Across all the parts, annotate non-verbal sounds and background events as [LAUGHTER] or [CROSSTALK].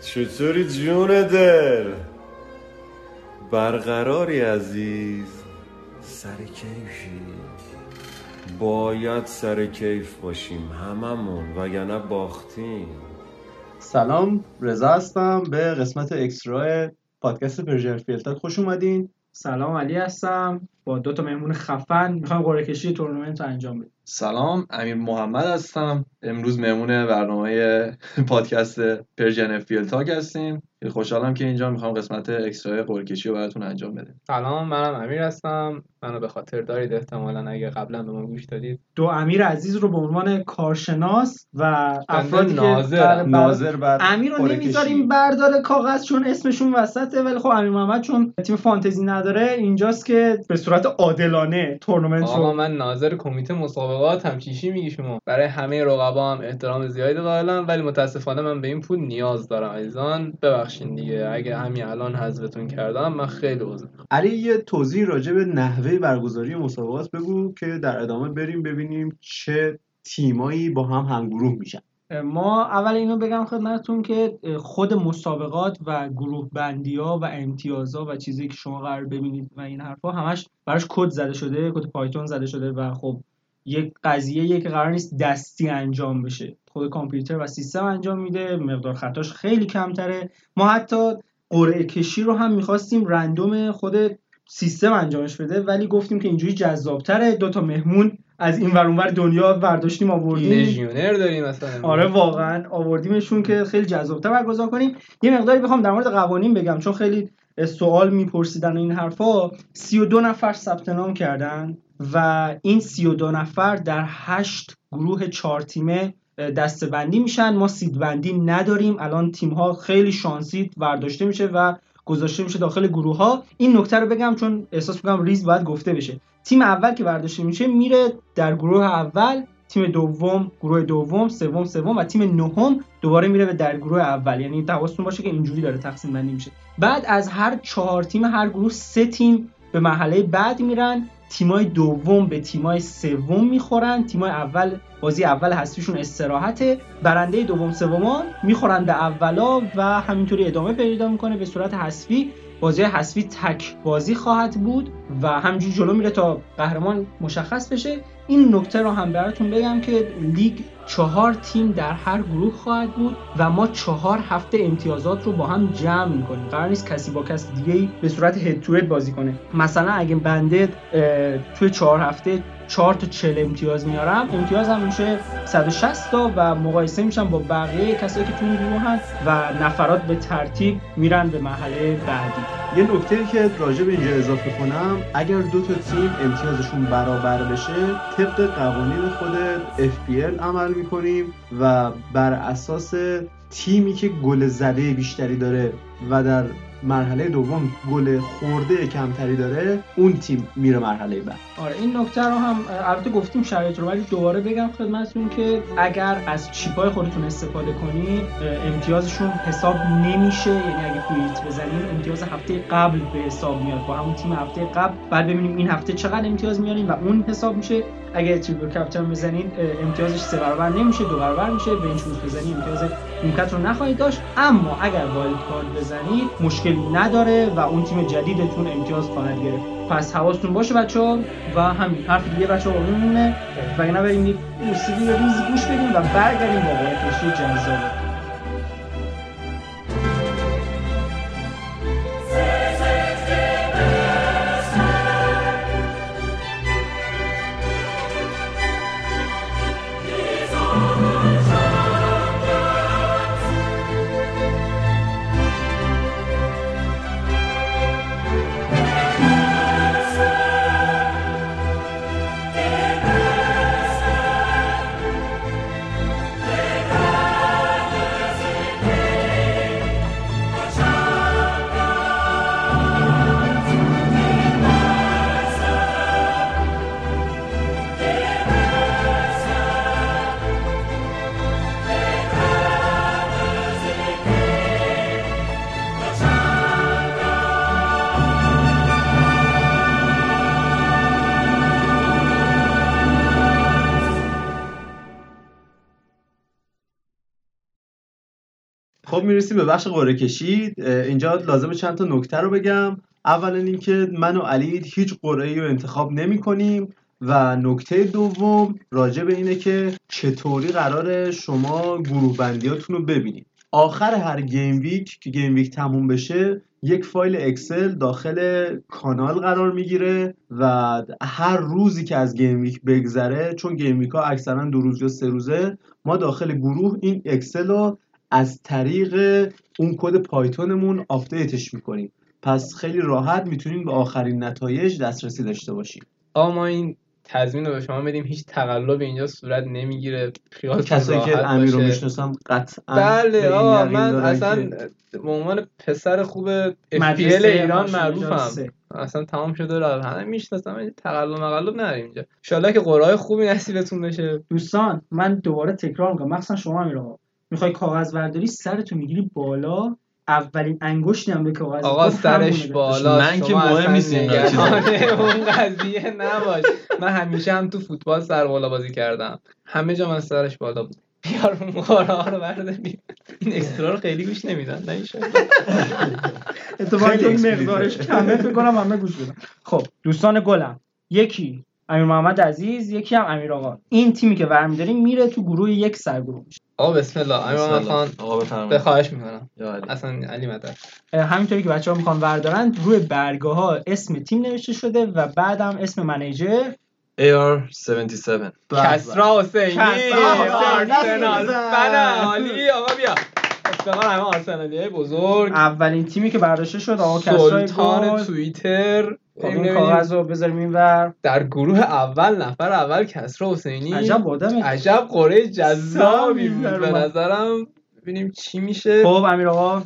چطوری جون دل برقراری عزیز سر کیفی باید سر کیف باشیم هممون وگرنه باختیم سلام رضا هستم به قسمت اکسترا پادکست پرژن فیلتر خوش اومدین سلام علی هستم با دو تا مهمون خفن میخوایم قرعه کشی تورنمنت رو انجام بدیم سلام امیر محمد هستم امروز مهمون برنامه پادکست پرژن فیل تاک هستیم خیلی خوشحالم که اینجا میخوام قسمت اکسترا قرعه کشی رو براتون انجام بدیم سلام منم امیر هستم منو به خاطر دارید احتمالا اگه قبلا به ما گوش دادید دو امیر عزیز رو به عنوان کارشناس و افرادی که ناظر- بر- بر- ناظر بر امیر رو قرعه نمیذاریم کشی. بردار کاغذ چون اسمشون وسطه ولی خب امیر محمد چون تیم فانتزی نداره اینجاست که به صورت عادلانه تورنمنت آقا رو من ناظر کمیته مسابقات هم چیشی میگی شما برای همه رقبا هم احترام زیادی قائلم ولی متاسفانه من به این پول نیاز دارم عزیزان ببخشین دیگه اگه همین الان حذفتون کردم من خیلی عذر می‌خوام. علی یه توضیح راجع به نحوه برگزاری مسابقات بگو که در ادامه بریم ببینیم چه تیمایی با هم همگروه میشن ما اول اینو بگم خدمتتون که خود مسابقات و گروه بندی ها و امتیازها و چیزی که شما قرار ببینید و این حرفها همش براش کد زده شده کد پایتون زده شده و خب یک قضیه که قرار نیست دستی انجام بشه خود کامپیوتر و سیستم انجام میده مقدار خطاش خیلی کمتره ما حتی قرعه کشی رو هم میخواستیم رندوم خود سیستم انجامش بده ولی گفتیم که اینجوری جذابتره دو تا مهمون از این ور اونور دنیا برداشتیم آوردیم لژیونر داریم مثلا آره واقعا آوردیمشون که خیلی جذابتر برگزار کنیم یه مقداری بخوام در مورد قوانین بگم چون خیلی سوال میپرسیدن و این حرفا 32 نفر ثبت نام کردن و این 32 نفر در 8 گروه 4 تیمه دسته بندی میشن ما سید بندی نداریم الان تیم ها خیلی شانسی برداشته میشه و گذاشته میشه داخل گروه ها این نکته رو بگم چون احساس میکنم ریز باید گفته بشه تیم اول که برداشته میشه میره در گروه اول تیم دوم گروه دوم سوم سوم و تیم نهم دوباره میره به در گروه اول یعنی حواستون باشه که اینجوری داره تقسیم بندی میشه بعد از هر چهار تیم هر گروه سه تیم به مرحله بعد میرن تیمای دوم به تیمای سوم میخورن تیمای اول بازی اول حذفیشون استراحته برنده دوم سوما میخورن به اولا و همینطوری ادامه پیدا میکنه به صورت حذفی بازی حذفی تک بازی خواهد بود و همینجوری جلو میره تا قهرمان مشخص بشه این نکته رو هم براتون بگم که لیگ چهار تیم در هر گروه خواهد بود و ما چهار هفته امتیازات رو با هم جمع میکنیم قرار نیست کسی با کس دیگه ای به صورت هد تو هد بازی کنه مثلا اگه بنده اه، توی چهار هفته چهار تا چل امتیاز میارم امتیاز هم میشه 160 تا و مقایسه میشن با بقیه کسایی که تو این گروه هست و نفرات به ترتیب میرن به مرحله بعدی یه نکته که راجع به اینجا اضافه کنم اگر دو تا تیم امتیازشون برابر بشه طبق قوانین خود FPL عمل میکنیم و بر اساس تیمی که گل زده بیشتری داره و در مرحله دوم گل خورده کمتری داره اون تیم میره مرحله بعد آره این نکته رو هم اه، البته گفتیم شرایط رو ولی دوباره بگم خدمتتون که اگر از چیپای خودتون استفاده کنید اه، امتیازشون حساب نمیشه یعنی اگه کویت بزنیم امتیاز هفته قبل به حساب میاد با همون تیم هفته قبل بعد ببینیم این هفته چقدر امتیاز میاریم و اون حساب میشه اگه تریپل کپتن بزنید اه، امتیازش سه برابر نمیشه دو برابر میشه بنچ روز بزنید امتیاز نیمکت رو نخواهید داشت اما اگر وایلد کارت بزنید مشکلی نداره و اون تیم جدیدتون امتیاز خواهد گرفت پس حواستون باشه بچه ها و همین حرف دیگه بچه ها باقی میمونه وگرنه بریم یک موسیقی ریز گوش بدیم و برگردیم با قرعه کشی جذاب Thank خب میرسیم به بخش قرعه کشی اه، اینجا لازمه چند تا نکته رو بگم اولا اینکه من و علی هیچ قرعه رو انتخاب نمی کنیم و نکته دوم راجع به اینه که چطوری قرار شما گروه بندیاتون رو ببینید آخر هر گیم ویک که گیم ویک تموم بشه یک فایل اکسل داخل کانال قرار میگیره و هر روزی که از گیم ویک بگذره چون گیم ویک ها اکثرا دو روز یا سه روزه ما داخل گروه این اکسل رو از طریق اون کد پایتونمون آپدیتش میکنیم پس خیلی راحت میتونیم به آخرین نتایج دسترسی داشته باشیم آقا ما این تضمین رو به شما بدیم هیچ تقلبی اینجا صورت نمیگیره خیال کسایی که امیر رو میشناسم قطعا به بله این آقا یقین من دارن اصلا که به عنوان پسر خوب مدرسه FPL ایران ماشین جان معروفم سه. اصلا تمام شده رو همه میشناسم تقلب مقلب نداریم اینجا انشالله که قرآن خوبی نصیبتون بشه دوستان من دوباره تکرار میکنم مخصوصا شما امیر آقا میخوای کاغذ برداری سرتو میگیری بالا اولین انگشتی هم به کاغذ آقا می‌کنی، همونه سرش بهت بالا من که شما مهم اصلا نیست این نگران قضیه. [LAUGHS] اون قضیه نباش من همیشه هم تو فوتبال سر بالا بازی کردم همه جا من سرش بالا بود بیار اون قرآن رو برداریم این اکسترا رو خیلی گوش نمیدن نه انشالله. بشه. اتفاقا خیلی که این اکسپلیسیت. مقدارش کمه فکر کنم همه گوش بدن خب دوستان گلم یکی امیر محمد عزیز یکی هم امیر آقا این تیمی که برمیداریم میره تو گروه یک سرگروه میشه آقا بسم الله امیر محمد خان آقا به بفرمایید خواهش میکنم یا علی. اصلا علی مدد همینطوری که بچه ها میخوان وردارن روی برگه ها اسم تیم نوشته شده و بعدم اسم منیجر AR77 بله. کسرا حسینی کسرا حسینی. آرسنال نسوزن. بنا عالی آقا بیا افتخار همه آرسنالی بزرگ اولین تیمی که برداشته شد آقا کسرای سلطان گل توییتر خب این کاغذ رو بذاریم اینور در گروه اول نفر اول کسرا حسینی عجب آدمه عجب قره جذابی بود سم به در نظرم ببینیم چی میشه خب امیر آقا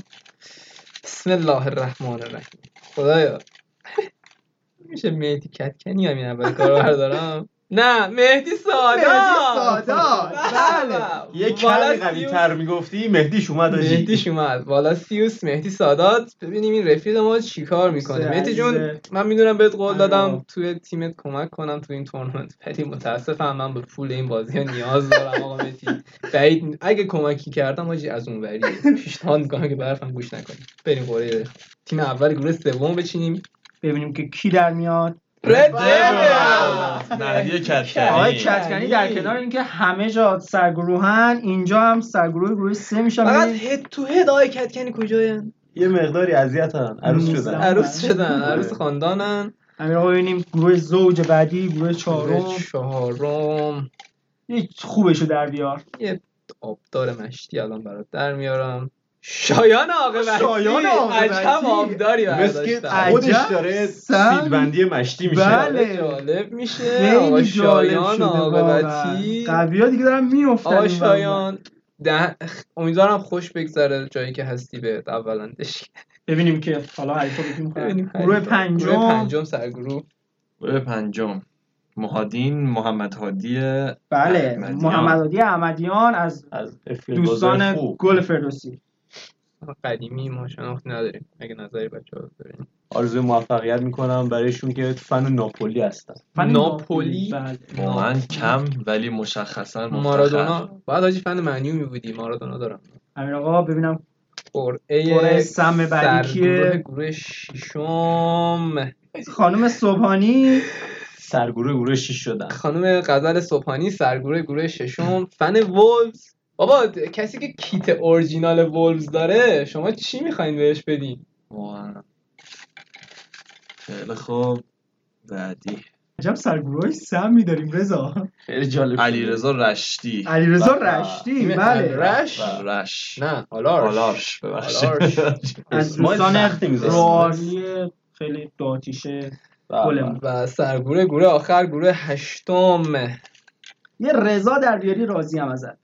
بسم الله الرحمن الرحیم خدایا [LAUGHS] میشه مهدی کتکنی همین اول کار رو بردارم نه مهدی سادا سادات، بله. یه کل قوی تر میگفتی مهدیش اومد آجی. مهدیش اومد والا سیوس مهدی سادات ببینیم این رفیق ما چیکار میکنه سه مهدی جون عزیزه. من میدونم بهت قول آره دادم بابا. توی تیمت کمک کنم توی این تورنمنت ولی متاسفم من به پول این بازی ها نیاز دارم آقا مهدی بعید اگه کمکی کردم آجی از اون وری پیشنهاد میکنم که برفم گوش نکنیم بریم قوره تیم اول گروه سوم بچینیم ببینیم که کی در میاد رد بابا. مهدی آقای کتکنی کتکنی در کنار اینکه همه جا سرگروهن اینجا هم سرگروه گروه سه فقط میشن هد تو هد آقای کتکنی کجاین یه مقداری اذیت هم عروس نیست. شدن عروس شدن عروس خاندانن امیر آقا ببینیم گروه زوج بعدی گروه گروه چهارم چهارم یه خوبشو در بیار آبدار مشتی الان برات در میارم شایان آقا شایان عاقبتی. عجب آبداری مسکین برداشتم بله، عجب خودش داره سم. سیدبندی مشتی میشه بله. جالب میشه آقا خیلی جالب شایان شده واقعا آقابتی قوی ها دیگه دارن میفتن آقا شایان ده... امیدوارم خوش بگذره جایی که هستی بهت اولندش ببینیم که حالا حریفا بگیم ببینیم گروه حریفا. گروه پنجم پنجم سرگروه گروه پنجم مهادین محمد هادی بله احمدیان. محمد عادی احمدیان از از افیل بازار دوستان خوب. گل فردوسی قدیمی ما شناخت نداریم اگه نظری بچه ها داریم آرزوی موفقیت میکنم برایشون که فن ناپولی هستن فن ناپولی. بله. با من کم ولی مشخصا مفتخر. مارادونا باید حاجی فن منیو میبودی مارادونا دارم امیر آقا ببینم قرعه قرعه سم بعدی سرگروه کیه گروه ششم خانم صبحانی سرگروه گروه شیش شدن خانم غزل صبحانی سرگروه گروه ششم فن وولز بابا د- کسی که کیت اورجینال وولز داره شما چی میخواین بهش بدین واقعا. خیلی خوب بعدی عجب سرگروه سمی داریم رضا خیلی جالب علیرضا رشتی علیرضا بله. رشتی تیم بله رش رش نه آلارش آلارش ببخشید آلارش. از ما دوستان سختی می‌ذاریم. روالی خیلی داتیشه گلمون. و سرگروه گروه آخر گروه هشتم یه رضا در بیاری راضی هم ازت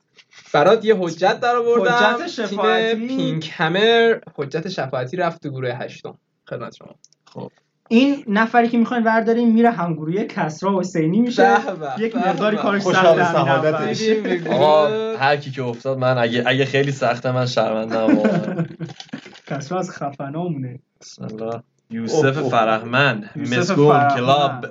برات یه حجت در آوردم حجت شفاعتی. تیم پینک همر حجت شفاعتی رفت تو گروه هشتم خدمت شما این نفری که میخواین ورداریم میره همگروهی کسرا حسینی میشه به به، یک به مقداری به. کارش خوشحال سخته همین سعادتش. اول. بریم به گروه آقا هر کی که افتاد من اگه اگه خیلی سخته من شرمنده واقعا کسرا از خفنامونه بسم الله اوه، یوسف اوه. فرهمند یوسف مسگون فرهمند. کلاب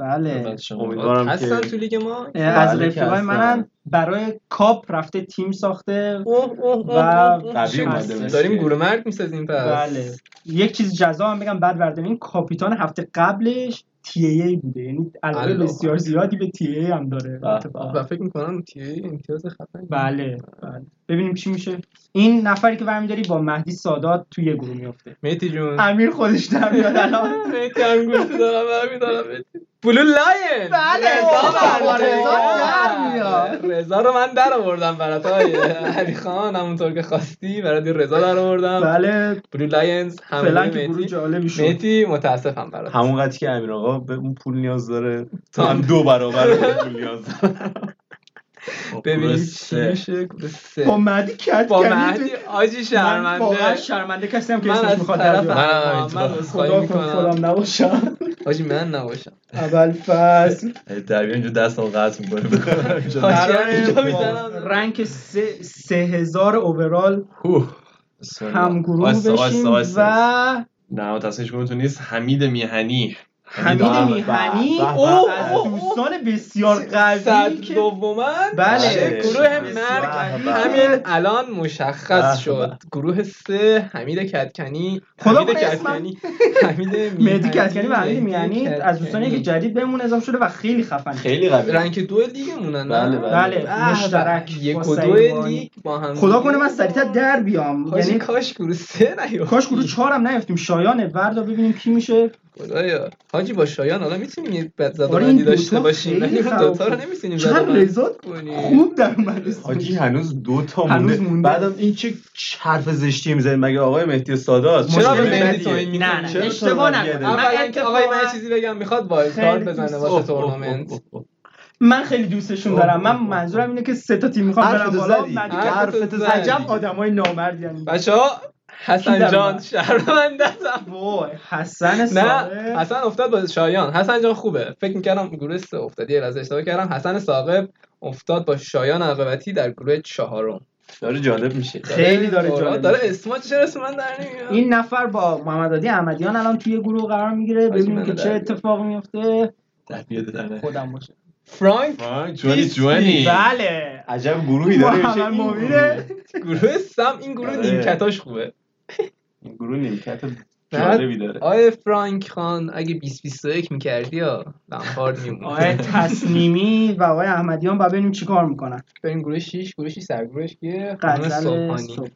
بله شما امیدوارم هستن که تو لیگ ما از بله که رفیقای هستن. منن برای کاپ رفته تیم ساخته اوه اوه اوه، و اوه، اوه. قوی چه اومده گفتی؟ مسی. بله. داریم گروه مرگ میسازیم پس بله یک چیز جزا هم بگم بعد برداریم این کاپیتان هفته قبلش تی ای بوده یعنی علاقه الله. بسیار زیادی به تی ای هم داره به اتفاقا. و فکر میکنم تی امتیاز خفن بله بله ببینیم چی میشه این نفری که برمیداری با مهدی سادات توی یه گروه میفته میتی جون امیر خودش در میاد الان [LAUGHS] میتی انگوشت دارم برمیدارم میتی بلو لاین بله، رضا بابا، برمی‌داره. رضا برمیاد. رضا رو من در آوردم برات آقای علی خان همونطور که خواستی برات یه رضا در آوردم بله بلو لاینز فعلا حمله که گروه میتی جالبی شد میتی متاسفم برات همون قدری که امیر آقا به اون پول نیاز داره تو تو هم هم دو برابر به اون پول نیاز داره ببینیم چی سه. میشه گروه سه. با مهدی کت با کردی. مهدی آجی یعنی من واقعا شرمنده شرمنده کسی هم که من اسمش از میخواد طرف در بیاد. من من عذرخواهی خدا کن میکنم خودم نباشم آجی من نباشم اول [LAUGHS] فصل دبیر اینجا دست رو قطع میکنه حاجی، قرار اینجا با میزنم. رنگ سه سه هزار اوورال هم گروه آیستا، آیستا، بشیم آیستا. و نه تصمیمش تو نیست حمید میهنی حمید به، به، میهنی به، به، اوه، از اوه، اوه. دوستان بسیار قوی صد که دومن بله. چه گروه بسیار مرگ قوی. همین الان مشخص به شد گروه سه حمید کتکنی بله. خدا حمید کنه اسمم. کتکنی حمید [LAUGHS] مهدی کتکنی و حمید مهدی میهنی از دوستانی که کتکنی. جدید بهمون اضافه شده و خیلی خفن خیلی قوی رنگ دو لیگمونن بله، نه؟ بله. بله، به، مشترک به. یک با و دو سلیمانی. لیگ با هم خدا کنه من سریعتر در بیام یعنی یعنی کاش گروه سه نیفتیم. کاش گروه چهارم نیفتیم شایانه وردا ببینیم کی میشه خدایا حاجی با شایان حالا میتونیم یه بد آره، این زدارندی دوتا داشته باشیم خیلی ولی اون خراب دوتا رو شد. نمیتونیم چند زدارند رضا کنیم خوب در اومد اسمش. حاجی هنوز دو تا مونده هنوز مونده. بعدم این چه حرف زشتی میزنید مگه آقای مهدی سادات چرا به مشکل مهدی بدیه. توهین می‌کنی؟ نه نه چرا اشتباه شایان نکن یه من خب، اولا که آقای من یه اتفاقا- چیزی بگم میخواد وایلد کارت خیلی بزنه دوست- واسه اوه، اوه، تورنمنت اوه، اوه، من خیلی دوستشون خب، دارم من منظورم اینه که سه تا تیم میخوام برم حرفتو بالا زدی. مدی- حرفتو حرفتو زدی. عجب زدی. آدمای نامردی هم. بچه ها کی در حسن جان اومد؟ شرمندتم وای حسن نه ساقه حسن افتاد با شایان حسن جان خوبه فکر میکردم گروه سه افتاد یه لحظه اشتباه کردم حسن ساقب افتاد با شایان عقبتی در گروه چهارم داره جالب میشه خیلی داره داره, جالب داره میشه. اسما چرا اسم من در نمیاد این نفر با محمد عادی احمدیان الان توی گروه قرار میگیره حاجی ببینیم منو که در چه بیار. اتفاقی میفته در بیاد در خودم باشه فرانک جوانی یعنی جوانی بله عجب گروهی داره میشه محمد این مبینه گروه. گروه سم این گروه آره. نیمکتاش خوبه این گروه نیمکت جالبی داره آیا فرانک خان اگه 2021 میکردی یا لمپارد میمون آقای تصمیمی و آقای احمدیان و ببینیم چیکار میکنن بریم گروه 6 گروه 6 سرگروهش که خانم غزل صبحانی صبحانی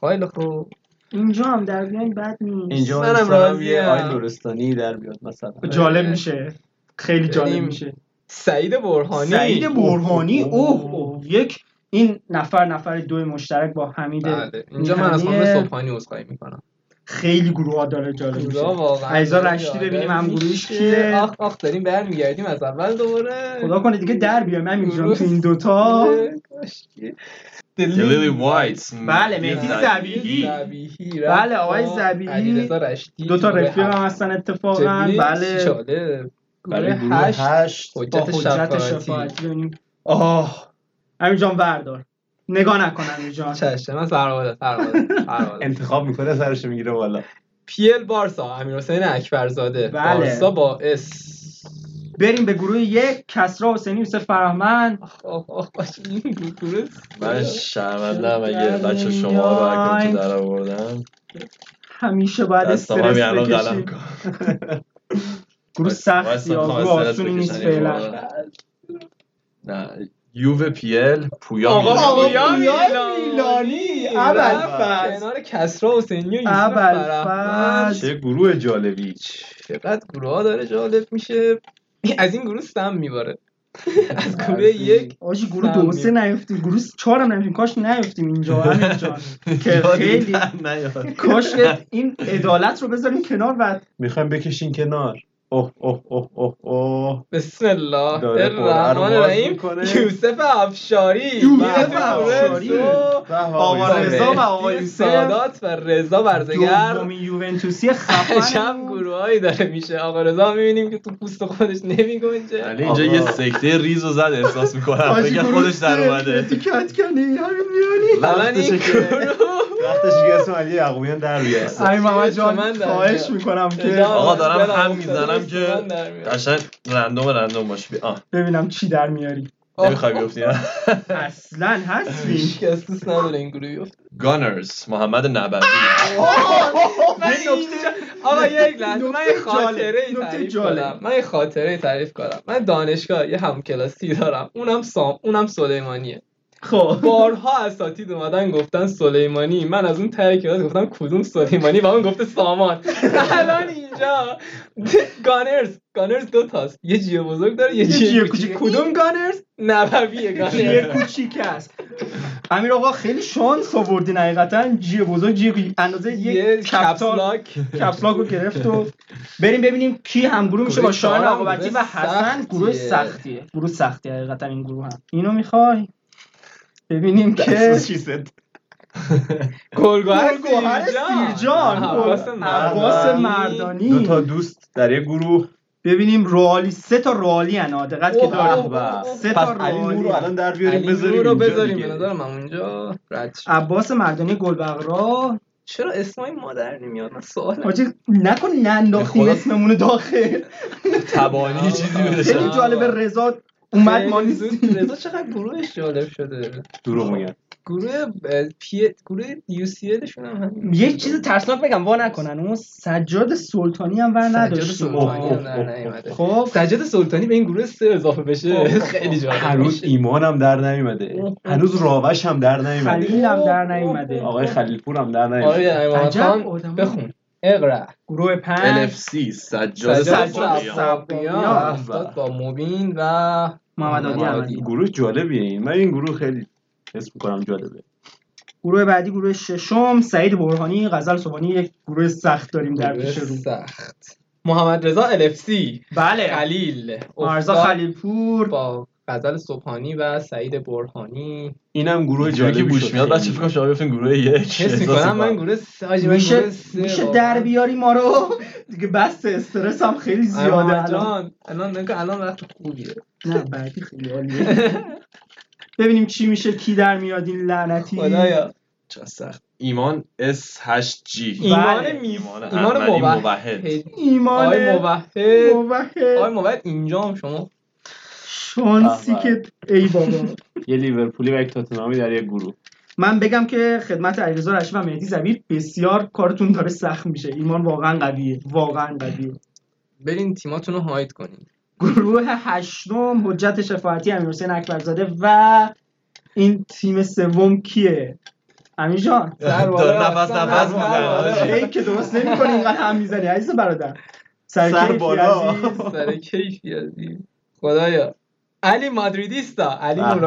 خیلی خوب اینجا هم در بیان بد نیست اینجا منم مثلا راضیم. یه آقای لورستانی در بیاد مثلا جالب آره. میشه خیلی جالب بریم. میشه سعید برهانی بله. سعید برهانی اوه اوه یک این نفر نفر دو مشترک با حمید بله اینجا من از خانم میهنیه. صبحانی عذرخواهی میکنم یعنی- خیلی گروه ها داره جالب خدا میشه واقعا عیزا داره رشتی جالب ببینیم هم گروهش میشه. کیه. آخ آخ داریم برمیگردیم از اول دوباره آره. خدا کنه دیگه در بیام من میگم گروه تو این دوتا آه، کاش که- لیلی وایت بله، مهدی زبیحی. زبیحی بله، آقای رفت. زبیحی. علیرضا رشتی دو تا گروه رفیق هم هفت. هستن اتفاقا جدی؟ بله جالب. برای گروه گروه هشت هشت با حجت حجت شفاعتی شفاعتی ببینیم آه امیر جان بردار نگاه نکن امیر جان چشم من سرواده سرواده [LAUGHS] سرواده انتخاب میکنه سرش میگیره بالا پیل بارسا امیر حسین اکبرزاده بله. بارسا با اس بریم به گروه یک کسرا حسینی یوسف فرهمند آخ، آخ، آخ، آخ، این گروه من شرمنده اگه شکر بچه شما رو هر کدوم میای. تو در آوردم همیشه باید دستام استرس همین الان قلم بکشیم کن گروه وایس- سختی وایس یا میخوام گروه استرس خب. آره. آسونی نیست بکشن این فعلا واقعا. نه یووه پیل پویا آقا میلان. آقا پویا میلانی. میلانی. رفت ابوالفضل. کنار کسرا حسینی و یوسف ابوالفضل. فرهمند. چه گروه جالبی چقدر گروه ها داره جالب میشه از این گروه سم میباره از گروه یک آجی گروه سمی. دو و سه نیفتیم گروه چهار هم نیفتیم کاش نیفتیم اینجا امیر جان که یادی خیلی در نیاد. کاش این عدالت رو بذاریم کنار و میخوایم بکشین کنار اوه اوه اوه اوه اوه بسم الله داره قرعه رو الرحمن باز الرحیم می‌کنه. یوسف افشاری یوسف بعد افشاری. رضا به، به، آقا آقای رضا ساده. و آقای مهدی یوسف. سادات و رضا برزگر [LAUGHS] دومین یوونتوسی عجب خفن گروهایی داره میشه آقا رضا میبینیم که تو پوست خودش نمیگنجه یعنی اینجا یه آقا. سکته ریز و زد احساس میکنم فکر کنم خودش در اومده دیکت کنی همین میانی الان این وقتشه که- گروه وقتش که اسم علی یعقوبیان در بیاد امیر محمد من جان در خواهش میام. میکنم که دلم- آقا دارم دلم هم افتاده میزنم بود، که من در میام. [LAUGHS] قشنگ رندوم رندوم باشه بیا آه ببینم چی در میاری نمیخوای بیفتی نه اصلا هستی هیچ کس دوست نداره این گروه بیفته گانرز محمد نبوی من یه نکته جا- آقا یک لحظه من یه نکته جالب، خاطره ای نکته تعریف جالب. کنم من یه خاطره ای تعریف کنم من دانشگاه یه هم کلاسی دارم اونم سام اونم سلیمانیه خب بارها اساتید اومدن گفتن سلیمانی من از اون ته کلاس گفتم کدوم سلیمانی و اون گفته سامان [LAUGHS] الان اینجا گانرز گانرز دو تاست یه جیه بزرگ داره یه جیه کوچیک کدوم گانرز جیه نبویه [LAUGHS] گانرز کوچیک است امیر آقا خیلی شانس آوردین حقیقتا جیه بزرگ جیه کوچیک. اندازه یه یک کپسول کپسلاک [LAUGHS] کپسلاک رو گرفت و بریم ببینیم کی هم گروه میشه با گروه شاهین چهارم آقابتی و گروه حسن گروه سختیه سختیه. گروه سختی حقیقتا این گروه هم اینو میخوای ببینیم [LAUGHS] که That's what she said. گلگوهر گلگوهر سیرجان. عباس گل- عباس مردانی. دو مردانی تا دوست در یک گروه ببینیم روالی سه تا روالی انا دقت که اوه، داره اوه، و اوه. سه تا علی نور رو الان در بیاریم علی بذاریم نور رو اینجا بذاریم دیگه. به نظرم هم اونجا رد شد. عباس مردانی گلبغرا چرا اسمای مادر نمیاد من سوال حاجی نکن ننداختیم خدا. اسممونو داخل تبانی یه چیزی خیلی بده آه. جالبه رضا اومد ما نیستیم رضا چقدر گروهش جالب شده دروغ میگن گروه اه، پی گروه یو سی الشون هم همین یه چیز ترسناک بگم وا نکنن اون سجاد سلطانی هم ور سجاد نداشتیم سلطانی هم اوه، در اوه، نیومده خب، خب سجاد سلطانی به این گروه سه اضافه بشه خیلی جالب هنوز میشه ایمانم در نیومده هنوز راوش هم در نیومده خلیل هم خب، در نیومده آقای خلیل پور هم در نیومده آره امام عجب خان آدم بخون اقرا گروه پنج NFC سجاد سجاد سباقیان. سباقیان افتاد با مبین و محمد علی علی. احمدی. گروه جالبیه این من این گروه خیلی حس میکنم جالبه گروه بعدی گروه ششم سعید برهانی غزل صبحانی یک گروه سخت داریم در گروه پیش رو سخت محمد رضا الفسی بله خلیل مرزا افتاد خلیل پور با غزل صبحانی و سعید برهانی اینم گروه جایی که جالبی گوش شد میاد خیلی. بچه فکر کنم شما گفتین گروه یک حس میکنم من گروه سه آجی، من میشه گروه سه میشه واقعا. در بیاری ما رو [LAUGHS] دیگه بس استرس هم خیلی زیاده اما الان آره، الان الان نگاه الان وقت [LAUGHS] خوبیه نه بعدی خیلی عالیه ببینیم چی میشه کی در میاد این لعنتی بله. خدایا چه سخت ایمان S8G ایمان می ایمان ایمان احمدی موحد موحد ایمان آقای موحد موحد آقای موحد اینجا هم شما شانسی که ای بابا یه لیورپولی و یک تاتنهامی در یک گروه من بگم که خدمت علیرضا رشید و مهدی زبیر بسیار کارتون داره سخت میشه ایمان واقعا قویه واقعا قویه برین تیماتون رو هاید کنین گروه هشتم حجت شفاعتی امیرحسین اکبرزاده و این تیم سوم کیه امیر جان سر بالا، داره نفس سر نفس بالا. میزنه آجی. ای که درست نمیکنی اینقدر هم میزنی عزیز برادر سر, سر کیفی بالا. عزیز. سر کیفی از این خدایا علی مادریدیستا علی بله، به به.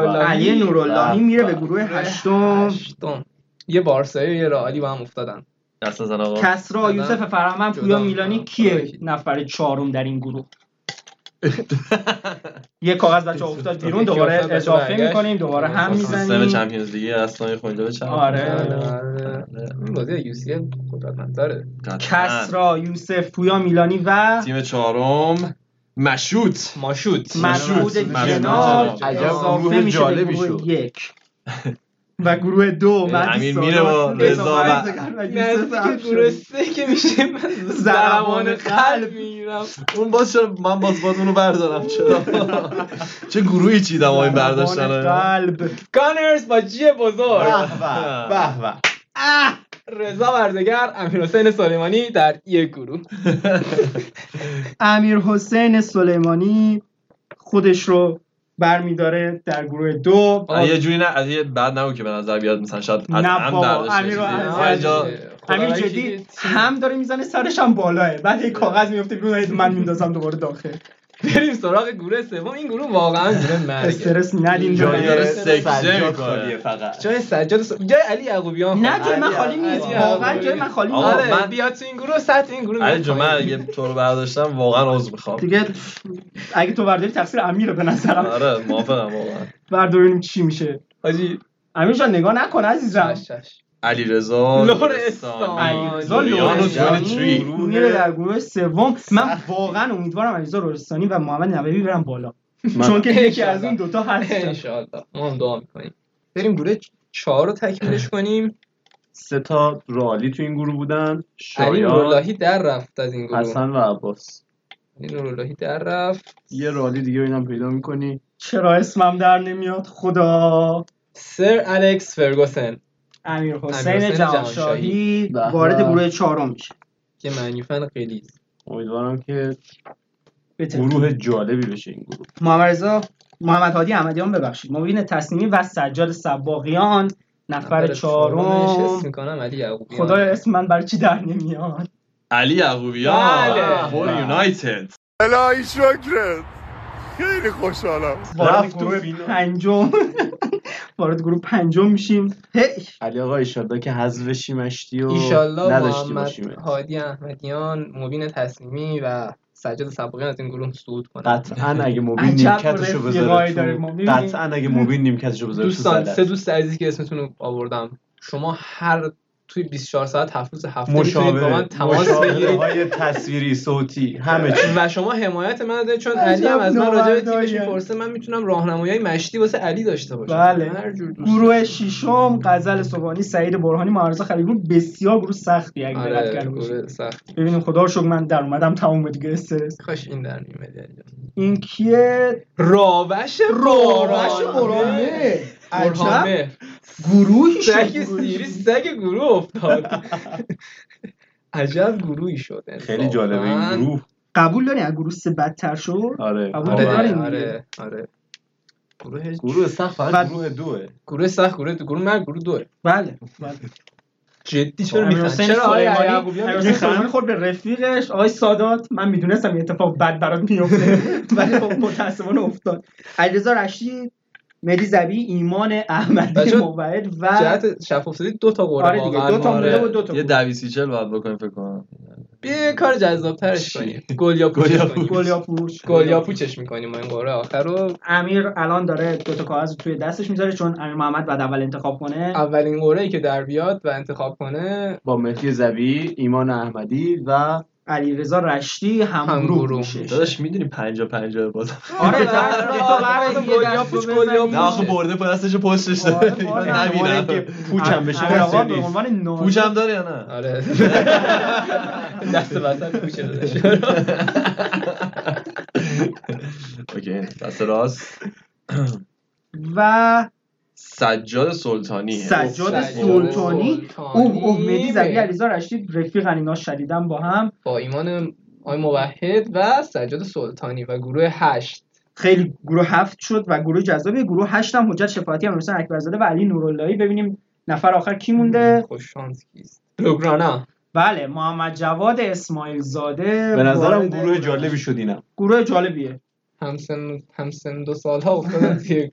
علی نوراللهی آره، نوراللهی به میره به. به گروه گروه هشتم هشتم. یه بارسایی و یه رئالی با هم افتادن دست زن آقا کسرا نه. یوسف فرهمن جدا پویا می‌کنم. میلانی خدا کیه کی؟ نفر چهارم در این گروه یه کاغذ بچه افتاد بیرون یکی دوباره افتاد، بچه اضافه برگشت. میکنیم دوباره هم خب، سیستم میزنیم چمپیونز لیگ اسلامی خونده به چند آره. این بازی یو سی ال قدرتمندتره کسرا یوسف پویا میلانی و تیم چهارم مشوت ماشوت مسعود مسعود جناب جناب. عجب اضافه گروه میشه به جالبی گروه شد. یک و گروه دو مهدی امیر میره با سالار، رضا و- فرزگر و یوسف نزدیک افشاری. گروه سه که میشه من ضربان زربان قلب قلب میگیرم اون باز چرا من باز باز اونو بردارم چرا چه گروهی چیدم آقا این برداشتن ضربان آقا. قلب گانرز با جی بزرگ به به رضا وردگر امیرحسین سلیمانی در یک گروه امیر حسین سلیمانی خودش رو برمیداره در گروه دو آه، یه جوری نه از یه بد نگو که به نظر بیاد مثلا شاید از نه هم بابا، برداشته امیر رو چیزی. از- آقا اینجا امیر جدی هم داره میزنه سرش هم بالاه بعد یه کاغذ میفته بیرون من میندازم دوباره داخل بریم سراغ گروه سوم این گروه واقعا گروه مرگه استرس ندین جایی دوباره. داره سجاد سکته میکنه فقط جای سجاد س- جای علی یعقوبیان نه جای من علی خالی علی نیست یعقوبی. واقعا جای من خالی آقا، نیست آره من- بیا تو این گروه سطح این گروه علی میاد جون من پایین. اگه تو رو برداشتم واقعا عذر میخوام دیگه اگه تو برداری تقصیر امیره به نظرم آره موافقم واقعا بردار ببینیم چی میشه حاجی امیر جان نگاه نکن عزیزم چش، چش. علی رضا لورستان. علیرضا لوریان و لورستانی 23. میره در گروه سوم من واقعا امیدوارم علیرضا لورستانی و محمد نبوی برن بالا چون که یکی انشالله. از این دوتا هست انشاءالله ما هم دعا میکنیم بریم گروه چهار رو تکمیلش کنیم سه تا رالی تو این گروه بودن علی شایان نوراللهی در رفت از این گروه حسن و عباس علی نوراللهی در رفت یه رالی دیگه رو اینم پیدا میکنی چرا اسمم در نمیاد خدا سر الکس فرگوسن امیر امیرحسین حسین جهانشاهی. جهانشاهی به وارد به. گروه چهارم میشه که منیفن قلیز امیدوارم که به ترتیب. گروه جالبی بشه این گروه محمد رضا محمد هادی احمدیان ببخشید مبین تصمیمی و سجاد سباقیان نفر حس چهارم میکنم علی یعقوبی خدای اسم من برای چی در نمیاد علی بله. یعقوبیان فور بله. یونایتد الهی شکرت خیلی خوشحالم وارد رفت تو گروه فینال. پنجم [LAUGHS] وارد گروه پنجم میشیم هی علی آقا ایشالله که حذف شیمشتی و ایشالله نداشتی محمد باشیم هادی احمدیان مبین تصمیمی و سجاد سباقیان از این گروه صعود کنن قطعا [LAUGHS] اگه مبین عجب نیمکتشو بذاره رفیقایی داره تو مبین. قطعا اگه مبین نیمکتشو بذاره تو دوستان سه زلط دوست عزیزی که اسمتون رو آوردم شما هر توی 24 ساعت هفت روز هفته میتونید با من مشابه تماس مشابه بگیرید های تصویری صوتی همه چی و شما حمایت من دارید چون عجب علی هم از من راجع به تیمش نامردایی. میپرسه من میتونم راهنمایی مشتی واسه علی داشته باشم بله. هر جور دوست گروه ششم غزل صبحانی سعید برهانی معرضا خلیلپور بسیار گروه سختی اگه دقت آره کرده باشید گروه سخت ببینیم خدا رو شکر من در اومدم تموم دیگه استرس کاش این در میومد علی جان. این کیه راوش راوش برهانه. برهانه عجب برهانه گروهی شد سگ گروهی. سیری سگ گروه افتاد عجب گروهی شد خیلی جالبه این انصافاً. گروه قبول داری از گروه سه بدتر شد آره قبول آره داریم آره دیگه. آره, گروه گروه سخت و- فقط گروه دوه گروه سخت گروه گروه من گروه دوه بله بله. جدی چرا امیر میخند خب، حسین چرا آقای سلیمانی- یعقوبیان امیر حسین سلیمانی خورد به رفیقش آقای سادات من میدونستم این اتفاق بد برات [LAUGHS] میفته ولی خب متاسفانه افتاد علیرضا رشید مری زبی ایمان احمدی بچه‌ها، موعد و جهت شف افتادی دو تا قرعه آره دیگه واقعاً دو تا ما. مونده و دو تا یه بود. دوی سی چل باید بکنیم فکر کنم بیا یه کار جذابترش چی؟ کنیم گل یا پوچش گل یا کنیم گلیا پوش گل یا پوچش میکنیم ما این قرعه آخر رو امیر الان داره دو تا کاغذ توی دستش میذاره چون امیر محمد بعد اول انتخاب کنه اولین قرعه ای که در بیاد و انتخاب کنه با مهدی زبی ایمان احمدی و علیرضا رشتی هم گروه همگروه. میشه داداش میدونی پنجا پنجا باز آره [LAUGHS] آره، در آره، صورت آره، بعد آره، یه گلیا دست رو پوچ، گلیا بزنی. پوچ. نه آخه برده با دستش پشتش داره آره، آره، نبینم. آره، پوچم بشه امیر آقا دست به نیست. عنوان نازم پوچ هم داره یا نه [LAUGHS] آره دست وسط پوچه دادش [LAUGHS] اوکی دست راست و سجاد سلطانی سجاد سجاد سلطانی سلطانی. اوه اوه مهدی زبی علیزا رشتی رفیقن اینا شدیدن با هم با ایمان آی موحد و سجاد سلطانی و گروه هشت خیلی گروه هفت شد و گروه جذابی گروه هشت هم حجت شفاعتی هم حسین اکبرزاده و علی نوراللهی ببینیم نفر آخر کی مونده خوش شانس کیست لوگرانا بله محمد جواد اسماعیل زاده به نظرم وارد- گروه جالبی شد اینم گروه جالبیه همسن همسن دو سال ها افتادن توی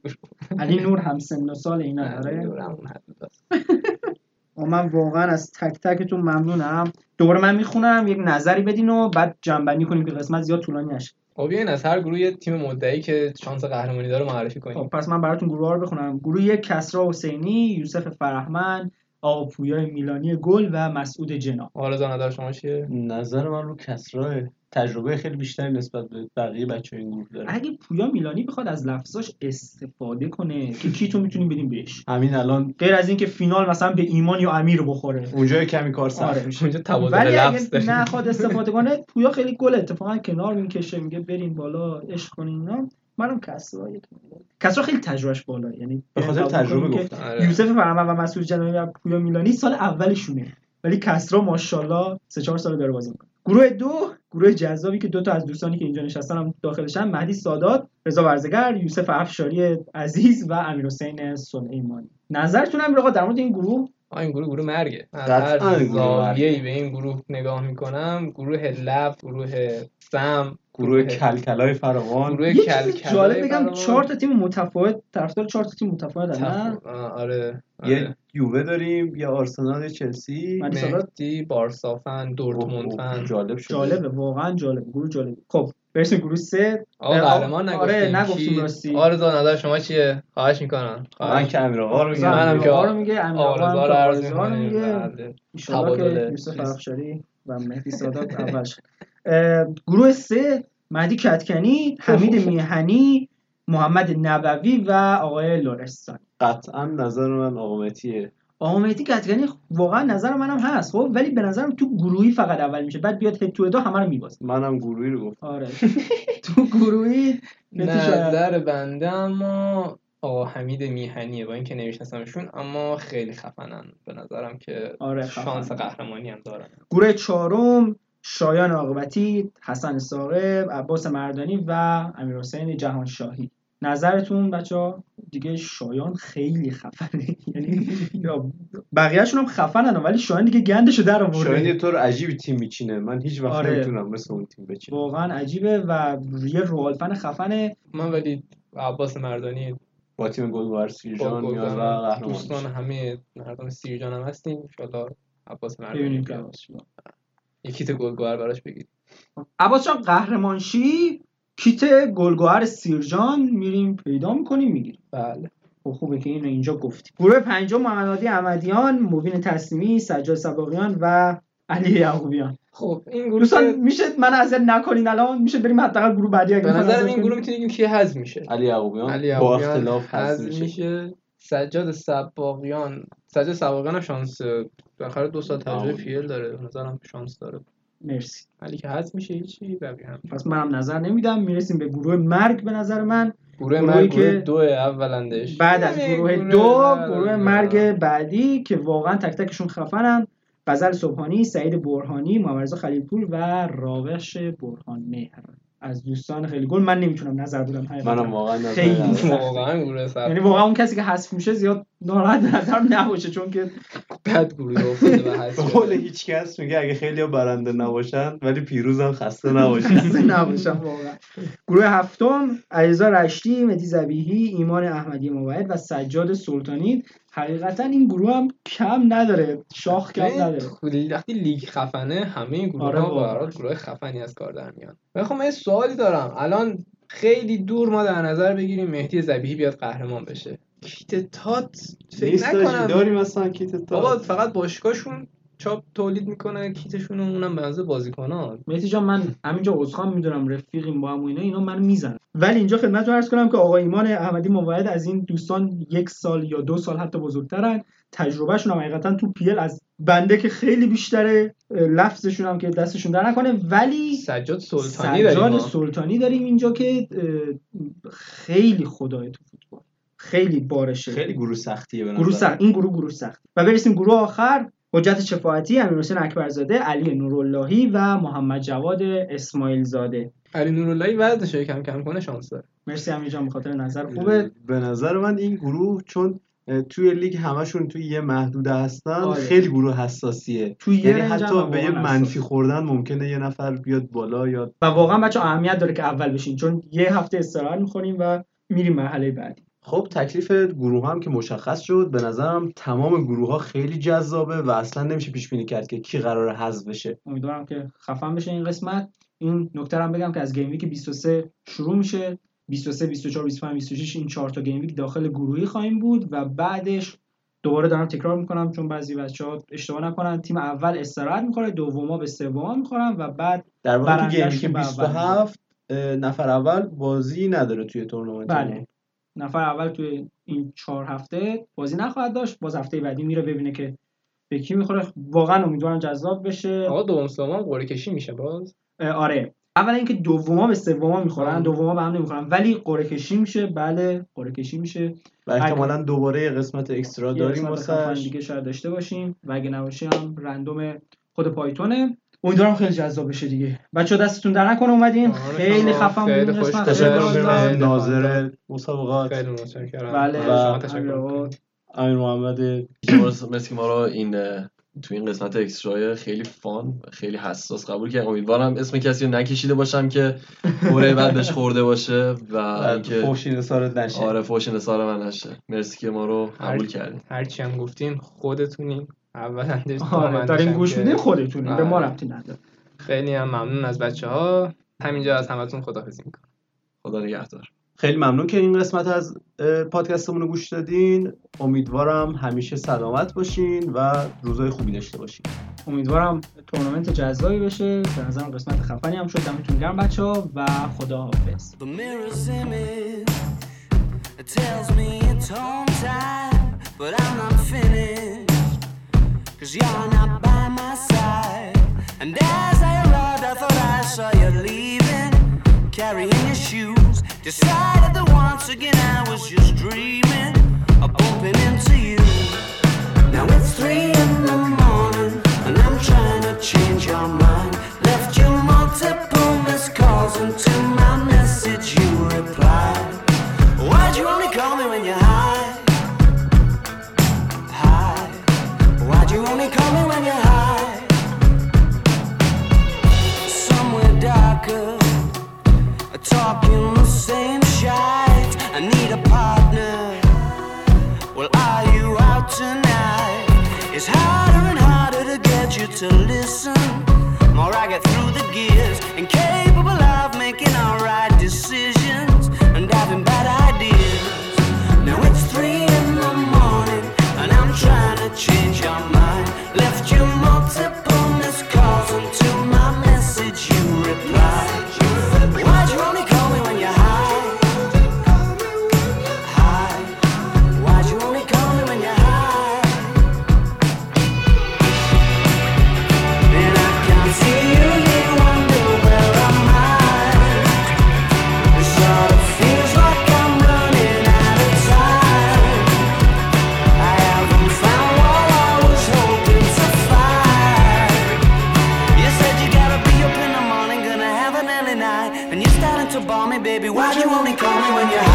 علی نور هم سن و سال اینا داره گروه و من واقعا از تک تکتون ممنونم دوباره من میخونم یک نظری بدین و بعد جنبندی کنیم که قسمت زیاد طولانی نشه خب بیاین از هر گروه یه تیم مدعی که شانس قهرمانی داره معرفی خب کنیم پس من براتون گروه ها رو بخونم گروه یک، کسرا حسینی یوسف فرهمند آقا پویای میلانی گل و مسعود جناب آرزو نظر شما چیه نظر من رو کسراه تجربه خیلی بیشتری نسبت به بقیه بچه این گروه داره اگه پویا میلانی بخواد از لفظاش استفاده کنه که کی تو میتونیم بدیم بهش همین الان غیر از اینکه فینال مثلا به ایمان یا امیر بخوره اونجا کمی کار سخت آره. میشه اونجا تبادل ولی لفظ اگه خب. داریم نخواد استفاده کنه پویا خیلی گل اتفاقا کنار میکشه میگه بریم بالا عشق کنین اینا منم کسرا یک می‌دم. کسرا خیلی تجربهش بالا یعنی به خاطر قبول تجربه کنیم که گفتم آره. یوسف فرهمند و مسعود جنایی و پویا میلانی سال اولشونه ولی کسرا ماشاءالله سه چهار سال داره بازی میکنه گروه دو گروه جذابی که دو تا از دوستانی که اینجا نشستن هم داخلشن مهدی سادات رضا ورزگر یوسف افشاری عزیز و امیرحسین سلیمانی نظرتون هم آقا در مورد این گروه آه، این گروه گروه مرگه من از قطعاً هر گروه مرگه. زاویه‌ای به این گروه نگاه میکنم گروه لب گروه سم گروه کلکلای فراوان آره. گروه یه چیز کلکلای جالب بگم برام. چهار تا تیم متفاوت طرفدار چهار تا تیم متفاوت نه تف- آه، آره آره یه یووه داریم یه آرسنال یه چلسی من- مهدی بارسافن اوه، دورتموند اوه، فن جالب شد جالبه واقعا جالب گروه جالب خب برسیم گروه سه آقا قهرمان آره، نگفتیم نگفتیم کی؟ راستی. آرزو نظر شما چیه خواهش میکنم من که امیر آقا رو آره. منم میگم که آقا رو میگه امیر آقا هم آرزو که رو بله. آرزوها عرض رو میگه میکنیم ایشالا که تبادل یوسف چیز. افشاری و مهدی سادات اول شد اه، گروه سه مهدی کتکنی حمید میهنی محمد نبوی و آقای لورستان قطعا نظر من آقا متیه آقا مهدی کتکنی واقعا نظر منم هست خب ولی به نظرم تو گروهی فقط اول میشه بعد بیاد هد تو هدا همه رو میبازه منم گروهی رو گفتم [LAUGHS] آره تو گروهی مهدی شاید. نظر بنده اما آقا حمید میهنیه با اینکه نمیشناسمشون اما خیلی خفنن به نظرم که آره، خفن. شانس قهرمانی هم دارن گروه چهارم شایان عاقبتی حسن ساقب عباس مردانی و امیر حسین جهانشاهی نظرتون بچه دیگه شایان خیلی خفنه [LAUGHS] یعنی یا بقیه‌شون هم خفنن ولی شایان دیگه گندشو در شاید یه آورده طور عجیبی تیم میچینه من هیچ وقت آره. نمیتونم مثل اون تیم بچینم واقعا عجیبه و یه روالفن خفنه من ولی عباس مردانی با تیم گل بار سیرجان با میاد و گلزن قهرمان دوستان میشه. همه مردم سیرجان هم هستیم انشالله عباس مردانی ببینیم که بیاد. عباس چی می‌کنه. یکی تو گلگوهر براش بگید عباس جان قهرمانشی کیت گلگوهر سیرجان میریم پیدا میکنیم میگیریم بله خب خوبه که اینو اینجا گفتیم گروه پنجم محمد عادی احمدیان مبین تصمیمی سجاد سباقیان و علی یعقوبیان خب این گروه دوستان که- میشه من از نکنین الان میشه بریم حداقل گروه بعدی اگه به می‌خواین نظر ازت این کنیم. گروه میتونیم بگیم کی حذف میشه علی یعقوبیان علی با عبیان اختلاف حذف حذف میشه میشه سجاد سباقیان سجاد سباقیان هم شانس بالاخره دو سال تجربه معمولی. پیل داره به نظرم شانس داره مرسی علی که حذف میشه هیچی بقیه هم پس منم نظر نمیدم میرسیم به گروه مرگ به نظر من گروه گروهی مرگ که گروه دو اولندش بعد از یعنی گروه دو بعد- گروه مرگ بعدی که واقعا تک تکشون خفنن غزل صبحانی سعید برهانی محمد رضا خلیلپور و راوش برهان مهر از دوستان خیلی گل من نمیتونم نظر بدم حقیقتاً. منم واقعا نظر خیلی. ندارم. واقعا گروه سخت یعنی واقعا اون کسی که حذف میشه زیاد ناراحت نظرم نباشه چون که بد گروه [LAUGHS] افتاده و حذف به شده. قول هیچ کس میگه اگه خیلی برنده نباشن ولی پیروزم [LAUGHS] خسته نباشن خسته نباشم واقعا گروه هفتم علیرضا رشتی مدی زبیحی ایمان احمدی موعد و سجاد سلطانی حقیقتا این گروه هم کم نداره شاخ کم نداره خیلی- وقتی لیگ خفنه همه این گروه آره ها واقعا. برات گروه خفنی از کار در میان ولی خب من یه سوالی دارم الان خیلی دور ما در نظر بگیریم مهدی زبیحی بیاد قهرمان بشه کیت تات فکر نیست داشتی، نکنم داریم اصلا کیت تا بابا فقط باشگاهشون چاپ تولید میکنه کیتشون و اونم به نظر بازیکنان مهدی جان من همینجا عذرخواهم میدونم رفیقیم با هم و اینا اینا من میزنن ولی اینجا خدمتتون عرض کنم که آقا ایمان احمدی موعد از این دوستان یک سال یا دو سال حتی بزرگترن تجربهشون هم حقیقتا تو پیل از بنده که خیلی بیشتره لفظشون هم که دستشون در نکنه ولی سجاد سلطانی داریم سجاد ما. سلطانی داریم اینجا که اه، خیلی خدای تو فوتبال خیلی بارشه خیلی گروه سختیه به گروه نظرم. سخت این گروه گروه سخت و برسیم گروه آخر حجت شفاعتی امیرحسین اکبرزاده علی نوراللهی و محمد جواد اسماعیل زاده علی نوراللهی وزنش رو کم کم کنه شانس داره مرسی امیر جان به خاطر نظر خوبه خب، به نظر من این گروه چون اه، توی لیگ همشون توی یه محدوده هستن آره. خیلی گروه حساسیه توی یه یعنی رنج هم حتی به واقعاً یه منفی حساس. خوردن ممکنه یه نفر بیاد بالا یا و واقعا بچه اهمیت داره که اول بشین چون یه هفته استراحت میکنیم و میریم مرحله بعدی خب تکلیف گروه هم که مشخص شد به نظرم تمام گروه ها خیلی جذابه و اصلا نمیشه پیش بینی کرد که کی قرار حذف بشه امیدوارم که خفن بشه این قسمت این نکته رو هم بگم که از گیم ویک 23 شروع میشه 23 24 25 26 این چهار تا گیم ویک داخل گروهی خواهیم بود و بعدش دوباره دارم تکرار میکنم چون بعضی بچه‌ها اشتباه نکنن تیم اول استراحت میکنه دوما به سوم میخورن و بعد در واقع تو برنده‌شون گیم که به اول 27 اه، نفر اول بازی نداره توی تورنمنت یعنی. بله نفر اول توی این چهار هفته بازی نخواهد داشت باز هفته بعدی میره ببینه که به کی میخوره واقعا امیدوارم جذاب بشه آقا دوم سوم هم قرعه کشی میشه باز اه، آره اولا اینکه دوما به سوما میخورن آره. دوما به هم نمیخورن ولی قرعه کشی میشه بله قرعه کشی میشه و احتمالا دوباره یه قسمت اکسترا یه داریم قسمت خفن واسه دیگه شاید داشته باشیم و اگه نباشه هم رندوم خود پایتونه امیدوارم خیلی جذاب بشه دیگه بچه دستتون در نکنه اومدین آره، خیلی شما خفن خیلی بود این خوش قسمت. گذشت. خیلی تشکر باحال می‌کنم بود. از خیلی ناظر مسابقات خیلی متشکرم بله آره. از آره، شما و تشکر امیر آقا، می‌کنم. امیر محمد شما مرسی که ما رو این اه، تو این قسمت اکسترای خیلی فان و خیلی حساس قبول کرد امیدوارم اسم کسی رو نکشیده باشم که قوره بعد بهش خورده باشه و اینکه فوش نثارت نشه آره فوش انحصار من نشه مرسی که ما رو هر- قبول کردین هرچی هم گفتین خودتونین اولندش آره دومندش دارین هم گوش که میدین خودتونین به ما بله. ربطی نداره خیلی هم ممنون از بچه ها همینجا از همتون خداحافظی میکنم خدا نگهدار خیلی ممنون که این قسمت از اه، پادکستمون رو گوش دادین امیدوارم همیشه سلامت باشین و روزای خوبی داشته باشین امیدوارم تورنمنت جذابی بشه به نظرم قسمت خفنی هم شد دمتون گرم بچه ها و خدا حافظ The mirror's image tells me it's home time, but I'm not finished. Cause you're not by my side. And as I arrived, I thought I saw you leaving, carrying your shoes. Decided that once again I was just dreaming of bumping into you. Now it's three in the morning, and I'm trying to change your mind. Left you multiple missed calls, and to my message you replied. Why'd you only call me when you're high? High. Why'd you only call me when you're high? Somewhere darker, talking the same shite. I need a partner. Well, are you out tonight? It's harder and harder to get you to listen. More I get through the gears, incapable of making alright decisions and having bad ideas. Now it's three in the morning, and I'm trying to change your mind. Left you multiple missed calls, and to my message you replied. Why'd you only call me when you're high? High. Why'd you only call me when you're high? And I can't see you, you wonder where am I? It sort of feels like I'm running out of time. I haven't found what I was hoping to find. You said you gotta be up in the morning, gonna have an early night, and you're starting to bore me, baby. Why'd you only call me when you're high?